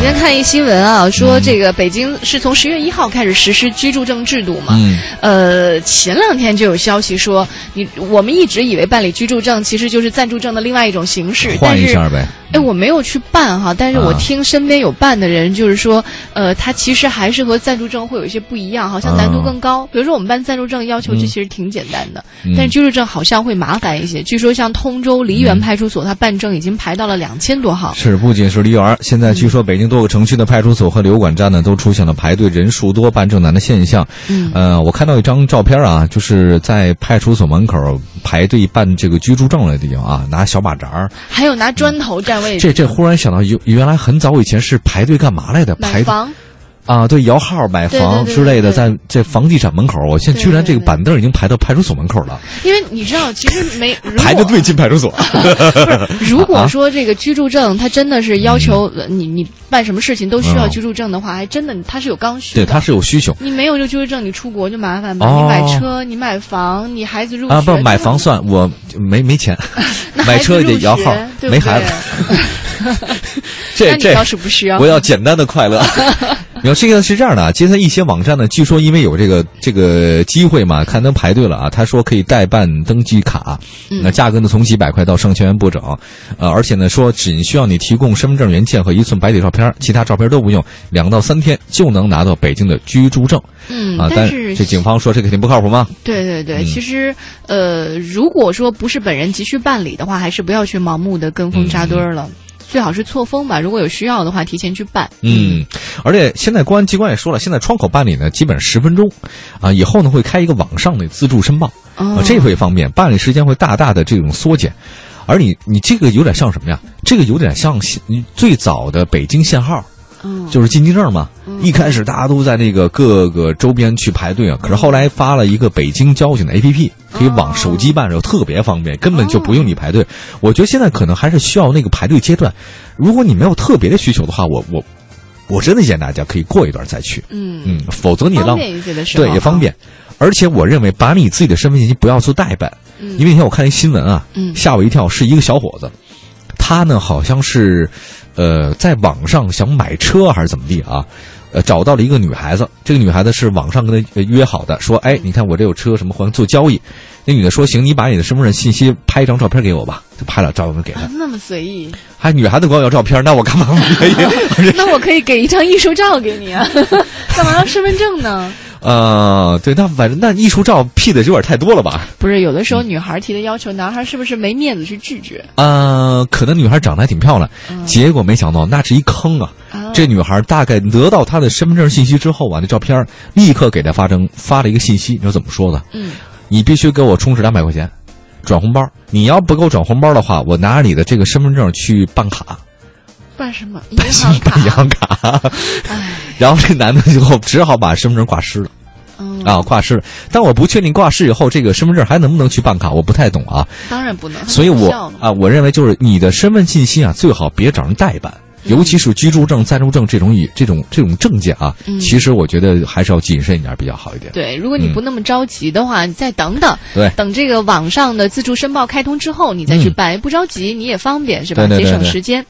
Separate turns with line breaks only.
天看一新闻啊，说这个北京是从十月一号开始实施居住证制度嘛。
嗯
呃，前两天就有消息说，你我们一直以为办理居住证其实就是暂住证的另外一种形式，但
换一
是
下呗。
哎，我没有去办哈，但是我
啊
听身边有办的人就是说，呃，他其实还是和暂住证会有一些不一样，好像难度
啊
更高。比如说我们办暂住证要求
嗯
这其实挺简单的，
嗯
但是居住证好像会麻烦一些。据说像通州梨
嗯
园派出所，他办证已经排到了两千多号。
是，不仅是梨园儿，现在据说北京多个城区的派出所和旅游管站呢，都出现了排队人数多、办证难的现象。
嗯
呃，我看到一张照片啊，就是在派出所门口排队办这个居住证的地方啊，拿小马扎儿。
还有拿砖头占位置，
这这忽然想到，原原来很早以前是排队干嘛来的？
买
排队
房
啊，对，摇号、买
对对
房
对
之类
对对
的，在这房地产门口，我现在
对
居然这
对
个
对
板凳已经排到派出所门口了，
因为你知道，其实没如果
排着队进派 出所。
如
啊
果说这个居住证，它真的是要求呃你你办什么事情都需要
嗯
居住证的话，还真的它是有刚需
对，
的。
它是有需求。
你没有这居住证，你出国就麻烦吧。
哦
你买车，你买房，你孩子入学
啊，不
这
买
都
房算，我没 没钱，
那
买
孩子
车也得
入
摇
学
号
对不
没孩
对
子
那
这
你
这
倒是不需要
我。要简单的 快乐。然后这个是这样的啊，今天一些网站呢，据说因为有这个这个机会嘛，刊登排队了啊，他说可以代办登记卡，
嗯
那价格呢从几百块到上千元不等，呃，而且呢说仅需要你提供身份证原件和一寸白底照片，其他照片都不用，两到三天就能拿到北京的居住证
嗯
啊。，
但
是这警方说这肯定不靠谱嘛，
对对对，
嗯
其实呃，如果说不是本人急需办理的话，还是不要去盲目的跟
嗯
风扎堆儿了，最好是错峰吧。如果有需要的话，提前去办。
嗯，而且现在公安机关也说了，现在窗口办理呢，基本十分钟，啊，以后呢会开一个网上的自助申报，
哦
啊，这会方便，办理时间会大大的这种缩减。而你你这个有点像什么呀？这个有点像现最早的北京限号，
嗯
就是进京证嘛。
嗯
一开始大家都在那个各个周边去排队啊，可是后来发了一个北京交警的 APP，可以往手机办，然后特别方便，根本就不用你排队。我觉得现在可能还是需要那个排队阶段，如果你没有特别的需求的话，我我我真的建议大家可以过一段再去，
嗯，
嗯，否则你
方
浪
便一些的时候
对也方。便。而且我认为把你自己的身份信息不要做代办，
嗯
因为那天我看一新闻啊，
嗯
吓我一跳，是一个小伙子，他呢好像是，呃，在网上想买车还是怎么地啊，呃，找到了一个女孩子，这个女孩子是网上跟他呃约好的，说，哎，你看我这有车，什么好像做交易，那女的说，行，你把你的身份证信息拍一张照片给我吧，就拍了照片给
啊
他，，
那么随 意，
还女孩子管我要照片，那我干嘛不愿意？
那我可以给一张艺术照给你啊，干嘛要身份证呢？
呃，对，那反正那艺术照 P 的有点太多了吧？
不是，有的时候女孩提的要求，男孩是不是没面子去拒绝？
呃，可能女孩长得还挺漂亮，
嗯
结果没想到那是一坑啊。
啊
这女孩大概得到他的身份证信息之后啊，那照片儿立刻给他发成发了一个信息，你知道怎么说的？
嗯
你必须给我充值两百块钱，转红包。你要不给我转红包的话，我拿着你的这个身份证去办卡，
办什么银行
办银
卡？
行卡。
哎，
然后这男的最后只好把身份证挂失了
嗯
啊，挂失了。但我不确定挂失以后这个身份证还能不能去办卡，我不太懂啊。
当然不能。
所以我
开玩笑嘛
啊，我认为就是你的身份信息啊，最好别找人代办，
嗯
尤其是居住证、暂住证这种以这种这种证件啊，
嗯
其实我觉得还是要谨慎一点比较好一点。
对，如果你
嗯
不那么着急的话，你再等等，
对
等这个网上的自助申报开通之后，你再去
嗯
办，不着急你也方便是吧？
对对对
节省
对
时间。